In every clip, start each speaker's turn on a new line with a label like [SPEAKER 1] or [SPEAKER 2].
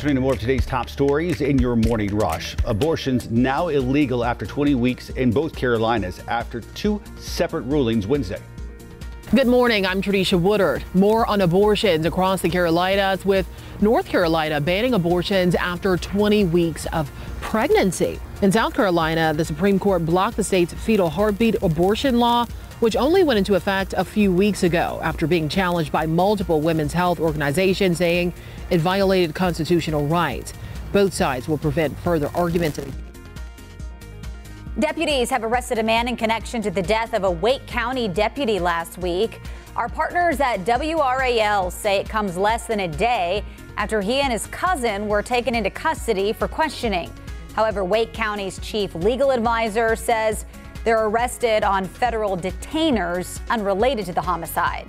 [SPEAKER 1] Turning to more of today's top stories in your morning rush. Abortions now illegal after 20 weeks in both Carolinas after two separate rulings Wednesday.
[SPEAKER 2] Good morning. I'm Tradisha Woodard. More on abortions across the Carolinas with North Carolina banning abortions after 20 weeks of pregnancy. In South Carolina, the Supreme Court blocked the state's fetal heartbeat abortion law, which only went into effect a few weeks ago after being challenged by multiple women's health organizations saying it violated constitutional rights. Both sides will prevent further arguments.
[SPEAKER 3] Deputies have arrested a man in connection to the death of a Wake County deputy last week. Our partners at WRAL say it comes less than a day after he and his cousin were taken into custody for questioning. However, Wake County's chief legal advisor says they're arrested on federal detainers unrelated to the homicide.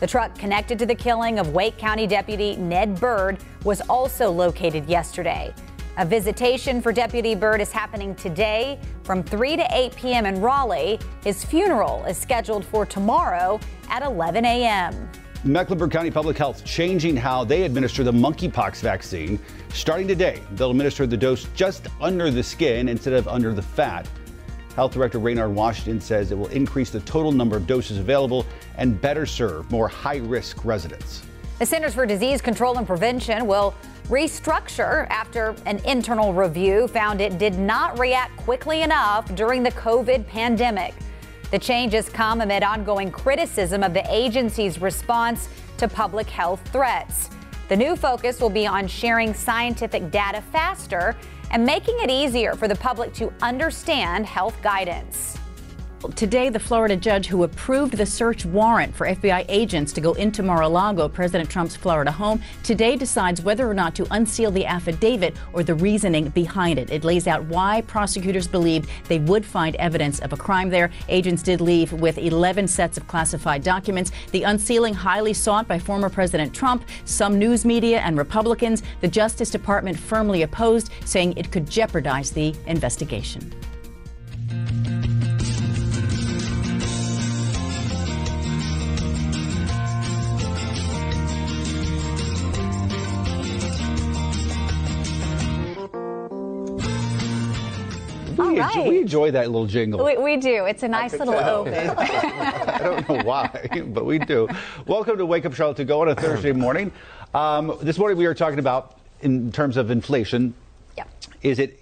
[SPEAKER 3] The truck connected to the killing of Wake County deputy Ned Bird was also located yesterday. A visitation for Deputy Byrd is happening today from 3 to 8 p.m. in Raleigh. His funeral is scheduled for tomorrow at 11 a.m.
[SPEAKER 1] Mecklenburg County Public Health changing how they administer the monkeypox vaccine. Starting today, they'll administer the dose just under the skin instead of under the fat. Health Director Raynard Washington says it will increase the total number of doses available and better serve more high risk residents.
[SPEAKER 3] The Centers for Disease Control and Prevention will restructure after an internal review found it did not react quickly enough during the COVID pandemic. The changes come amid ongoing criticism of the agency's response to public health threats. The new focus will be on sharing scientific data faster and making it easier for the public to understand health guidance.
[SPEAKER 4] Today, the Florida judge who approved the search warrant for FBI agents to go into Mar a Lago, President Trump's Florida home, today decides whether or not to unseal the affidavit or the reasoning behind it. It lays out why prosecutors believed they would find evidence of a crime there. Agents did leave with 11 sets of classified documents. The unsealing, highly sought by former President Trump, some news media, and Republicans, the Justice Department firmly opposed, saying it could jeopardize the investigation.
[SPEAKER 1] We,
[SPEAKER 3] All
[SPEAKER 1] enjoy,
[SPEAKER 3] right.
[SPEAKER 1] we enjoy that little jingle.
[SPEAKER 3] We, we do. It's a nice
[SPEAKER 5] could
[SPEAKER 3] little
[SPEAKER 5] tell.
[SPEAKER 3] open.
[SPEAKER 1] I don't know why, but we do. Welcome to Wake Up Charlotte to Go on a Thursday morning. Um, this morning we are talking about, in terms of inflation,
[SPEAKER 3] Yep.
[SPEAKER 1] is it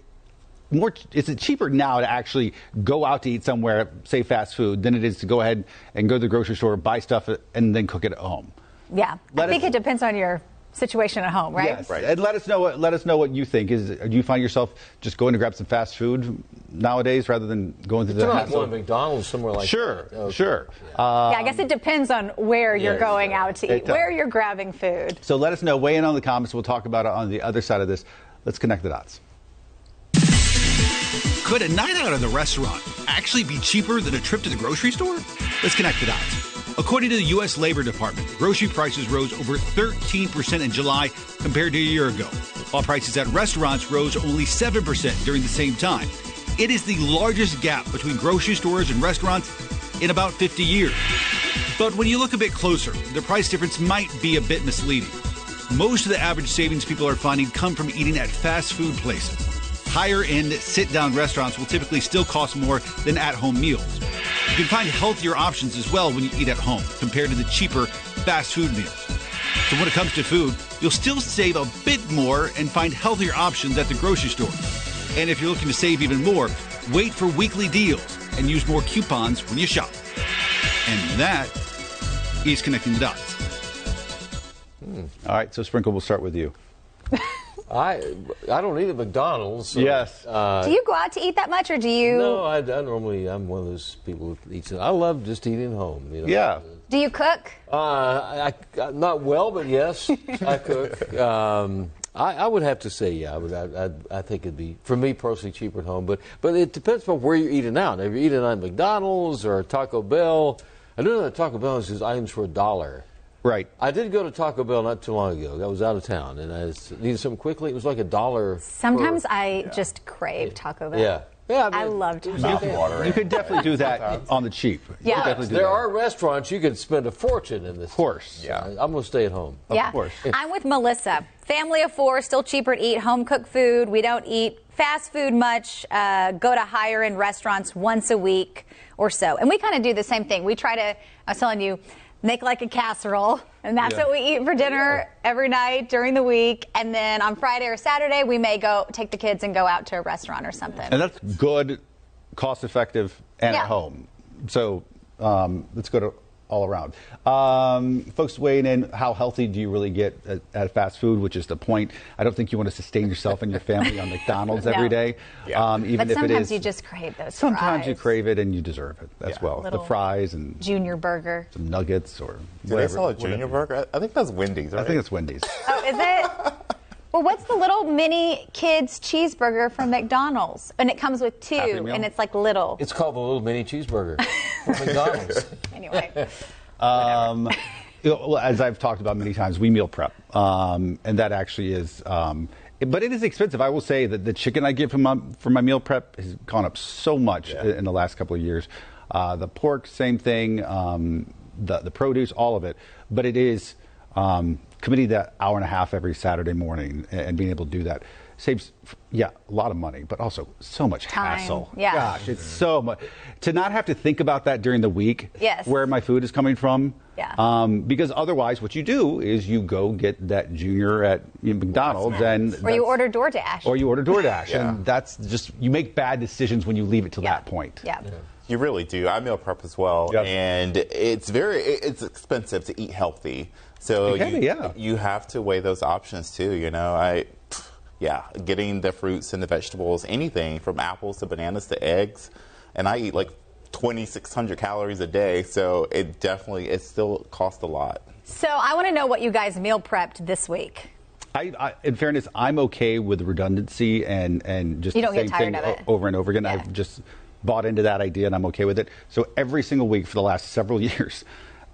[SPEAKER 1] more? Is it cheaper now to actually go out to eat somewhere, say fast food, than it is to go ahead and go to the grocery store, buy stuff, and then cook it at home?
[SPEAKER 3] Yeah.
[SPEAKER 1] Let
[SPEAKER 3] I think
[SPEAKER 1] us-
[SPEAKER 3] it depends on your situation at home, right?
[SPEAKER 1] Yes. And let us know what let us know what you think. Is do you find yourself just going to grab some fast food nowadays rather than going through
[SPEAKER 5] It's
[SPEAKER 1] the
[SPEAKER 5] not
[SPEAKER 1] hassle?
[SPEAKER 5] going to McDonald's somewhere like
[SPEAKER 1] Sure,
[SPEAKER 5] that. Okay.
[SPEAKER 1] sure.
[SPEAKER 3] yeah, I guess it depends on where you're
[SPEAKER 5] yeah,
[SPEAKER 3] going
[SPEAKER 5] yeah.
[SPEAKER 3] out to
[SPEAKER 1] It
[SPEAKER 3] eat, where
[SPEAKER 1] does.
[SPEAKER 3] you're grabbing food.
[SPEAKER 1] So let us know. Weigh in on the comments. We'll talk about it on the other side of this. Let's connect the dots.
[SPEAKER 6] Could a night out at the restaurant actually be cheaper than a trip to the grocery store? Let's connect the dots. According to the U.S. Labor Department, grocery prices rose over 13% in July compared to a year ago, while prices at restaurants rose only 7% during the same time. It is the largest gap between grocery stores and restaurants in about 50 years. But when you look a bit closer, the price difference might be a bit misleading. Most of the average savings people are finding come from eating at fast food places. Higher end sit down restaurants will typically still cost more than at home meals. You can find healthier options as well when you eat at home compared to the cheaper fast food meals. So when it comes to food, you'll still save a bit more and find healthier options at the grocery store. And if you're looking to save even more, wait for weekly deals and use more coupons when you shop. And that is connecting the dots.
[SPEAKER 1] All right. So Sprinkle, we'll start with you.
[SPEAKER 5] I I don't eat at McDonald's. so,
[SPEAKER 1] Yes.
[SPEAKER 5] Uh,
[SPEAKER 3] do you go out to eat that much, or do you
[SPEAKER 5] no, uh, I, I normally I'm one of those people who eats. I love just eating home. You know?
[SPEAKER 1] Yeah.
[SPEAKER 3] do you cook?
[SPEAKER 5] Uh, I, I not well, but yes, I cook. Um, I, I would have to say yeah. I would. I, I, I think it'd be for me personally cheaper at home, but but it depends on where you're eating out. If you're eating at McDonald's or Taco Bell, I do know that Taco Bell is items for a dollar.
[SPEAKER 1] Right.
[SPEAKER 5] I did go to Taco Bell not too long ago. I was out of town and I s- needed something quickly. It was like a dollar. per-
[SPEAKER 3] Sometimes I just crave Taco Bell.
[SPEAKER 5] Yeah. Yeah,
[SPEAKER 3] I loved it.
[SPEAKER 5] you
[SPEAKER 3] Mouth
[SPEAKER 5] can-
[SPEAKER 1] You could definitely do that on the cheap. You could
[SPEAKER 3] Yeah.
[SPEAKER 1] definitely do
[SPEAKER 5] There
[SPEAKER 1] that.
[SPEAKER 5] are restaurants you can spend a fortune in this. Of
[SPEAKER 1] course.
[SPEAKER 5] Yeah. I'm going to stay at home.
[SPEAKER 3] yeah.
[SPEAKER 1] course.
[SPEAKER 3] I'm with Melissa. Family of four, still cheaper to eat home cooked food. We don't eat fast food much. Uh, go to higher end restaurants once a week or so. And we kind of do the same thing. We try to, I was telling you, make like a casserole. And that's
[SPEAKER 1] Yeah.
[SPEAKER 3] what we eat for dinner every night during the week. And then on Friday or Saturday, we may go take the kids and go out to a restaurant or something.
[SPEAKER 1] And that's good, cost effective, and
[SPEAKER 3] Yeah.
[SPEAKER 1] at home. So um, let's go to all around. Um, folks weighing in, how healthy do you really get at, at fast food, which is the point. I don't think you want to sustain yourself and your family on McDonald's
[SPEAKER 3] No.
[SPEAKER 1] every day.
[SPEAKER 7] Yeah.
[SPEAKER 1] Um, even
[SPEAKER 3] But
[SPEAKER 1] if it
[SPEAKER 3] sometimes
[SPEAKER 1] is,
[SPEAKER 3] you just crave those
[SPEAKER 1] Sometimes you
[SPEAKER 3] fries.
[SPEAKER 1] crave it and you deserve it as well.
[SPEAKER 3] Little
[SPEAKER 1] the fries and
[SPEAKER 3] Junior burger.
[SPEAKER 1] some nuggets or
[SPEAKER 7] Do
[SPEAKER 1] whatever.
[SPEAKER 7] they sell a junior burger? I I think that's Wendy's, right?
[SPEAKER 1] I think it's Wendy's.
[SPEAKER 3] Oh, is it? Well, what's the little mini kids cheeseburger from McDonald's? And it comes with two,
[SPEAKER 1] Happy Meal?
[SPEAKER 3] and it's like little.
[SPEAKER 5] It's called the little mini cheeseburger from McDonald's.
[SPEAKER 3] Anyway,
[SPEAKER 1] Um, you know, well, as I've talked about many times, we meal prep, um, and that actually is. Um, but it is expensive. I will say that the chicken I give for my, for my meal prep has gone up so much in in the last couple of years. Uh, the pork, same thing. Um, the the produce, all of it. But it is um, committing that hour and a half every Saturday morning and, and being able to do that saves, yeah, a lot of money, but also so much
[SPEAKER 3] Time,
[SPEAKER 1] hassle.
[SPEAKER 3] yeah.
[SPEAKER 1] Gosh, it's so much to not have to think about that during the week.
[SPEAKER 3] Yes.
[SPEAKER 1] Where my food is coming from.
[SPEAKER 3] Yeah.
[SPEAKER 1] Um, because otherwise, what you do is you go get that junior at you know, McDonald's and.
[SPEAKER 3] or you
[SPEAKER 1] that's-
[SPEAKER 3] order DoorDash.
[SPEAKER 1] Or you order DoorDash,
[SPEAKER 7] Yeah.
[SPEAKER 1] and that's just you make bad decisions when you leave it to that point.
[SPEAKER 3] Yeah.
[SPEAKER 7] You really do. I meal prep as well,
[SPEAKER 1] Yep.
[SPEAKER 7] and it's very it- it's expensive to eat healthy. So
[SPEAKER 1] It can
[SPEAKER 7] you,
[SPEAKER 1] be, yeah.
[SPEAKER 7] you have to weigh those options too. You know, I yeah, getting the fruits and the vegetables, anything from apples to bananas to eggs, and I eat like 2,600 calories a day. So it definitely it still costs a lot.
[SPEAKER 3] So I want to know what you guys meal prepped this week.
[SPEAKER 1] I, I, in fairness, I'm okay with redundancy and and just
[SPEAKER 3] You
[SPEAKER 1] the
[SPEAKER 3] don't get
[SPEAKER 1] same
[SPEAKER 3] tired
[SPEAKER 1] thing
[SPEAKER 3] of it.
[SPEAKER 1] o- over and over again.
[SPEAKER 3] Yeah.
[SPEAKER 1] I've just bought into that idea and I'm okay with it. So every single week for the last several years,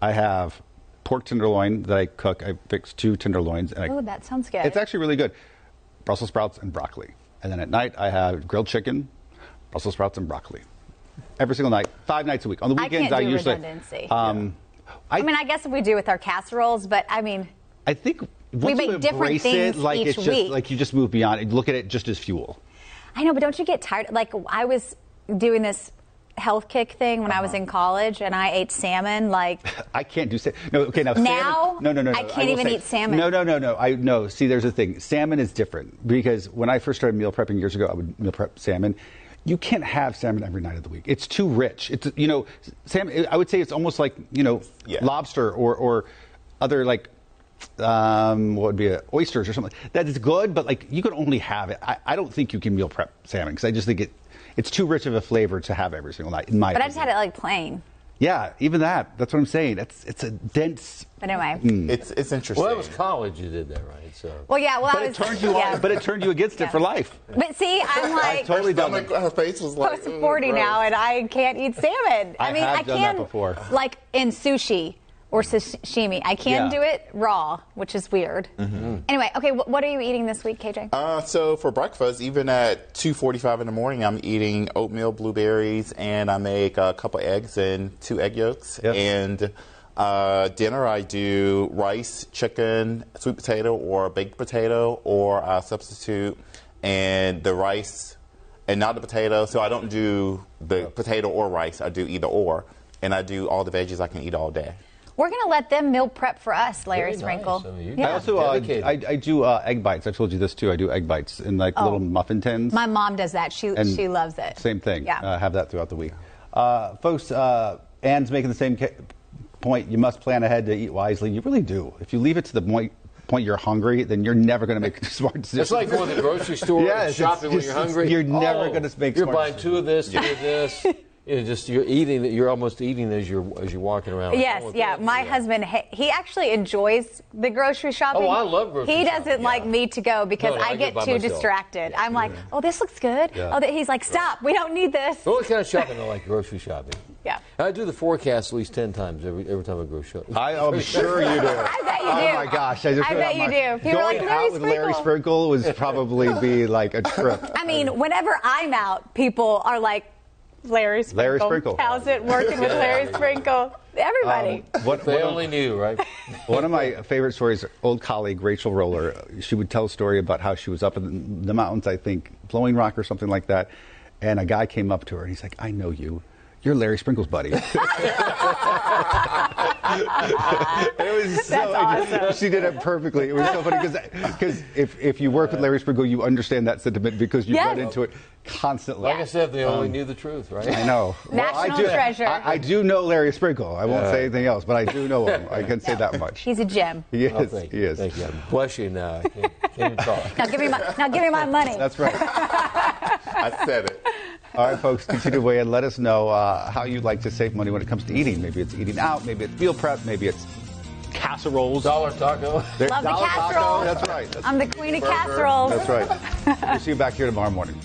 [SPEAKER 1] I have pork tenderloin that I cook. I fix two tenderloins. And I,
[SPEAKER 3] Oh, that sounds good.
[SPEAKER 1] It's actually really good. Brussels sprouts and broccoli, and then at night I have grilled chicken, Brussels sprouts and broccoli. Every single night, five nights a week. On the
[SPEAKER 3] I
[SPEAKER 1] weekends,
[SPEAKER 3] can't do
[SPEAKER 1] usually.
[SPEAKER 3] redundancy.
[SPEAKER 1] Um,
[SPEAKER 3] I mean, I guess we do with our casseroles, but I mean,
[SPEAKER 1] I think once
[SPEAKER 3] make
[SPEAKER 1] you
[SPEAKER 3] different
[SPEAKER 1] embrace
[SPEAKER 3] things
[SPEAKER 1] it, like
[SPEAKER 3] each
[SPEAKER 1] it's just
[SPEAKER 3] week.
[SPEAKER 1] like you just move beyond it. Look at it just as fuel.
[SPEAKER 3] I know, but don't you get tired? Like I was doing this health kick thing when I
[SPEAKER 1] Uh-huh.
[SPEAKER 3] was in college, and I ate salmon. Like
[SPEAKER 1] I can't do salmon. No, okay, now.
[SPEAKER 3] Now,
[SPEAKER 1] salmon, no, no, no, no.
[SPEAKER 3] I can't
[SPEAKER 1] will
[SPEAKER 3] even eat salmon.
[SPEAKER 1] No, no, no, no. I no. See, there's a thing. Salmon is different because when I first started meal prepping years ago, I would meal prep salmon. You can't have salmon every night of the week. It's too rich. It's you know, salmon. I would say it's almost like you know,
[SPEAKER 7] Yeah.
[SPEAKER 1] lobster or or other like. Um, what would be a, oysters or something that is good, but like you could only have it. I, I don't think you can meal prep salmon because I just think it it's too rich of a flavor to have every single night. In my
[SPEAKER 3] but I
[SPEAKER 1] opinion.
[SPEAKER 3] just had it like plain.
[SPEAKER 1] Yeah, even that. That's what I'm saying. That's it's a dense.
[SPEAKER 3] But anyway.
[SPEAKER 1] Mm.
[SPEAKER 7] It's it's interesting.
[SPEAKER 5] well, that was college you did that, right? So.
[SPEAKER 3] Well, yeah. Well,
[SPEAKER 1] But
[SPEAKER 3] I
[SPEAKER 1] it
[SPEAKER 3] was.
[SPEAKER 1] turned you
[SPEAKER 3] yeah.
[SPEAKER 1] on, but it turned you against
[SPEAKER 3] Yeah.
[SPEAKER 1] it for life.
[SPEAKER 3] But see, I'm like.
[SPEAKER 1] totally done
[SPEAKER 7] Stomach- her face was like
[SPEAKER 3] close to
[SPEAKER 7] "Ooh,
[SPEAKER 3] 40
[SPEAKER 7] gross."
[SPEAKER 3] now and I can't eat salmon. I,
[SPEAKER 1] I
[SPEAKER 3] mean,
[SPEAKER 1] have
[SPEAKER 3] I
[SPEAKER 1] done
[SPEAKER 3] can
[SPEAKER 1] that before.
[SPEAKER 3] like in sushi or sashimi. I can
[SPEAKER 1] Yeah. Mm-hmm.
[SPEAKER 3] do it raw, which is weird. Anyway, okay, wh- what are you eating this week, KJ?
[SPEAKER 7] Uh, so for breakfast, even at 2:45 in the morning, I'm eating oatmeal, blueberries, and I make a couple eggs and two egg yolks.
[SPEAKER 1] Yes.
[SPEAKER 7] And uh, dinner, I do rice, chicken, sweet potato, or baked potato, or I substitute and the rice and not the potato. So I don't do the potato or rice. I do either or, and I do all the veggies I can eat all day.
[SPEAKER 3] We're going to let them meal prep for us, Larry
[SPEAKER 5] Very nice.
[SPEAKER 3] Sprinkle.
[SPEAKER 5] I mean, you-
[SPEAKER 1] I
[SPEAKER 5] Yeah.
[SPEAKER 1] also uh,
[SPEAKER 5] Dedicated.
[SPEAKER 1] I, I do uh, egg bites. I told you this too. I do egg bites in
[SPEAKER 3] Oh.
[SPEAKER 1] like little muffin tins.
[SPEAKER 3] My mom does that. She
[SPEAKER 1] And
[SPEAKER 3] she loves it.
[SPEAKER 1] Same thing.
[SPEAKER 3] Yeah.
[SPEAKER 1] Uh, have that throughout the week. Uh, folks, uh, Anne's making the same ca- point. You must plan ahead to eat wisely. You really do. If you leave it to the point, point you're hungry, then you're never going to make smart decisions.
[SPEAKER 5] It's like going to the grocery store
[SPEAKER 1] Yes,
[SPEAKER 5] and
[SPEAKER 1] it's
[SPEAKER 5] shopping when
[SPEAKER 1] just-
[SPEAKER 5] you're hungry.
[SPEAKER 1] you're never gonna make
[SPEAKER 5] You're
[SPEAKER 1] smart
[SPEAKER 5] buying two of this, two of this. You know, just you're eating. You're almost eating as you're as you're walking around.
[SPEAKER 3] Yes,
[SPEAKER 5] I want
[SPEAKER 3] yeah.
[SPEAKER 5] that.
[SPEAKER 3] My husband, he he actually enjoys the grocery shopping.
[SPEAKER 5] Oh, I love grocery
[SPEAKER 3] He
[SPEAKER 5] shopping,
[SPEAKER 3] doesn't like
[SPEAKER 5] yeah.
[SPEAKER 3] me to go because
[SPEAKER 5] No, no,
[SPEAKER 3] I,
[SPEAKER 5] I go
[SPEAKER 3] get
[SPEAKER 5] by
[SPEAKER 3] too
[SPEAKER 5] myself.
[SPEAKER 3] distracted. I'm like, oh, this looks good.
[SPEAKER 5] Yeah.
[SPEAKER 3] Oh, that he's like, stop. We don't need this.
[SPEAKER 5] Well, what kind of shopping I like? Grocery shopping.
[SPEAKER 3] Yeah.
[SPEAKER 5] I do the forecast at least ten times every every time I go shopping.
[SPEAKER 1] I am sure you do. I
[SPEAKER 3] bet you
[SPEAKER 1] Oh
[SPEAKER 3] do.
[SPEAKER 1] my gosh! I, just
[SPEAKER 3] I bet you
[SPEAKER 1] my-
[SPEAKER 3] do. If you were
[SPEAKER 1] going
[SPEAKER 3] like,
[SPEAKER 1] out
[SPEAKER 3] Larry
[SPEAKER 1] with Larry
[SPEAKER 3] Sprinkle.
[SPEAKER 1] Sprinkle was probably be like a trip.
[SPEAKER 3] I mean, whenever I'm out, people are like, Larry Sprinkle.
[SPEAKER 1] Larry Sprinkle.
[SPEAKER 3] How's it working with Larry Sprinkle? Everybody.
[SPEAKER 1] What,
[SPEAKER 5] They
[SPEAKER 1] what-
[SPEAKER 5] only knew, right?
[SPEAKER 1] One of my favorite stories, old colleague Rachel Roller, she would tell a story about how she was up in the mountains, I think, Blowing Rock or something like that, and a guy came up to her and he's like, I know you. You're Larry Sprinkle's buddy. it was so She did it perfectly. It was so funny because if, if you work with Larry Sprinkle, you understand that sentiment because you
[SPEAKER 3] Yes.
[SPEAKER 1] run into it constantly.
[SPEAKER 5] Like I said, they only knew the truth, right?
[SPEAKER 1] I know. I
[SPEAKER 3] National
[SPEAKER 1] do,
[SPEAKER 3] treasure.
[SPEAKER 1] I, I do know Larry Sprinkle. I won't say anything else, but I do know him. I can say that much.
[SPEAKER 3] He's a gem.
[SPEAKER 1] He is.
[SPEAKER 5] Oh, thank
[SPEAKER 1] he
[SPEAKER 5] you.
[SPEAKER 1] is.
[SPEAKER 5] Thank you. I'm blushing now. I can't, can't even talk.
[SPEAKER 3] Now give me my, now give me my money.
[SPEAKER 1] That's right.
[SPEAKER 7] I said it.
[SPEAKER 1] All right, folks, continue to weigh in. Let us know uh, how you'd like to save money when it comes to eating. Maybe it's eating out, maybe it's meal prep, maybe it's casseroles.
[SPEAKER 5] Dollar taco.
[SPEAKER 1] There-
[SPEAKER 3] Love the
[SPEAKER 1] dollar taco,
[SPEAKER 3] casserole.
[SPEAKER 1] That's right. That's,
[SPEAKER 3] I'm the queen of
[SPEAKER 7] Burger.
[SPEAKER 3] casseroles.
[SPEAKER 1] that's right. We'll see you back here tomorrow morning.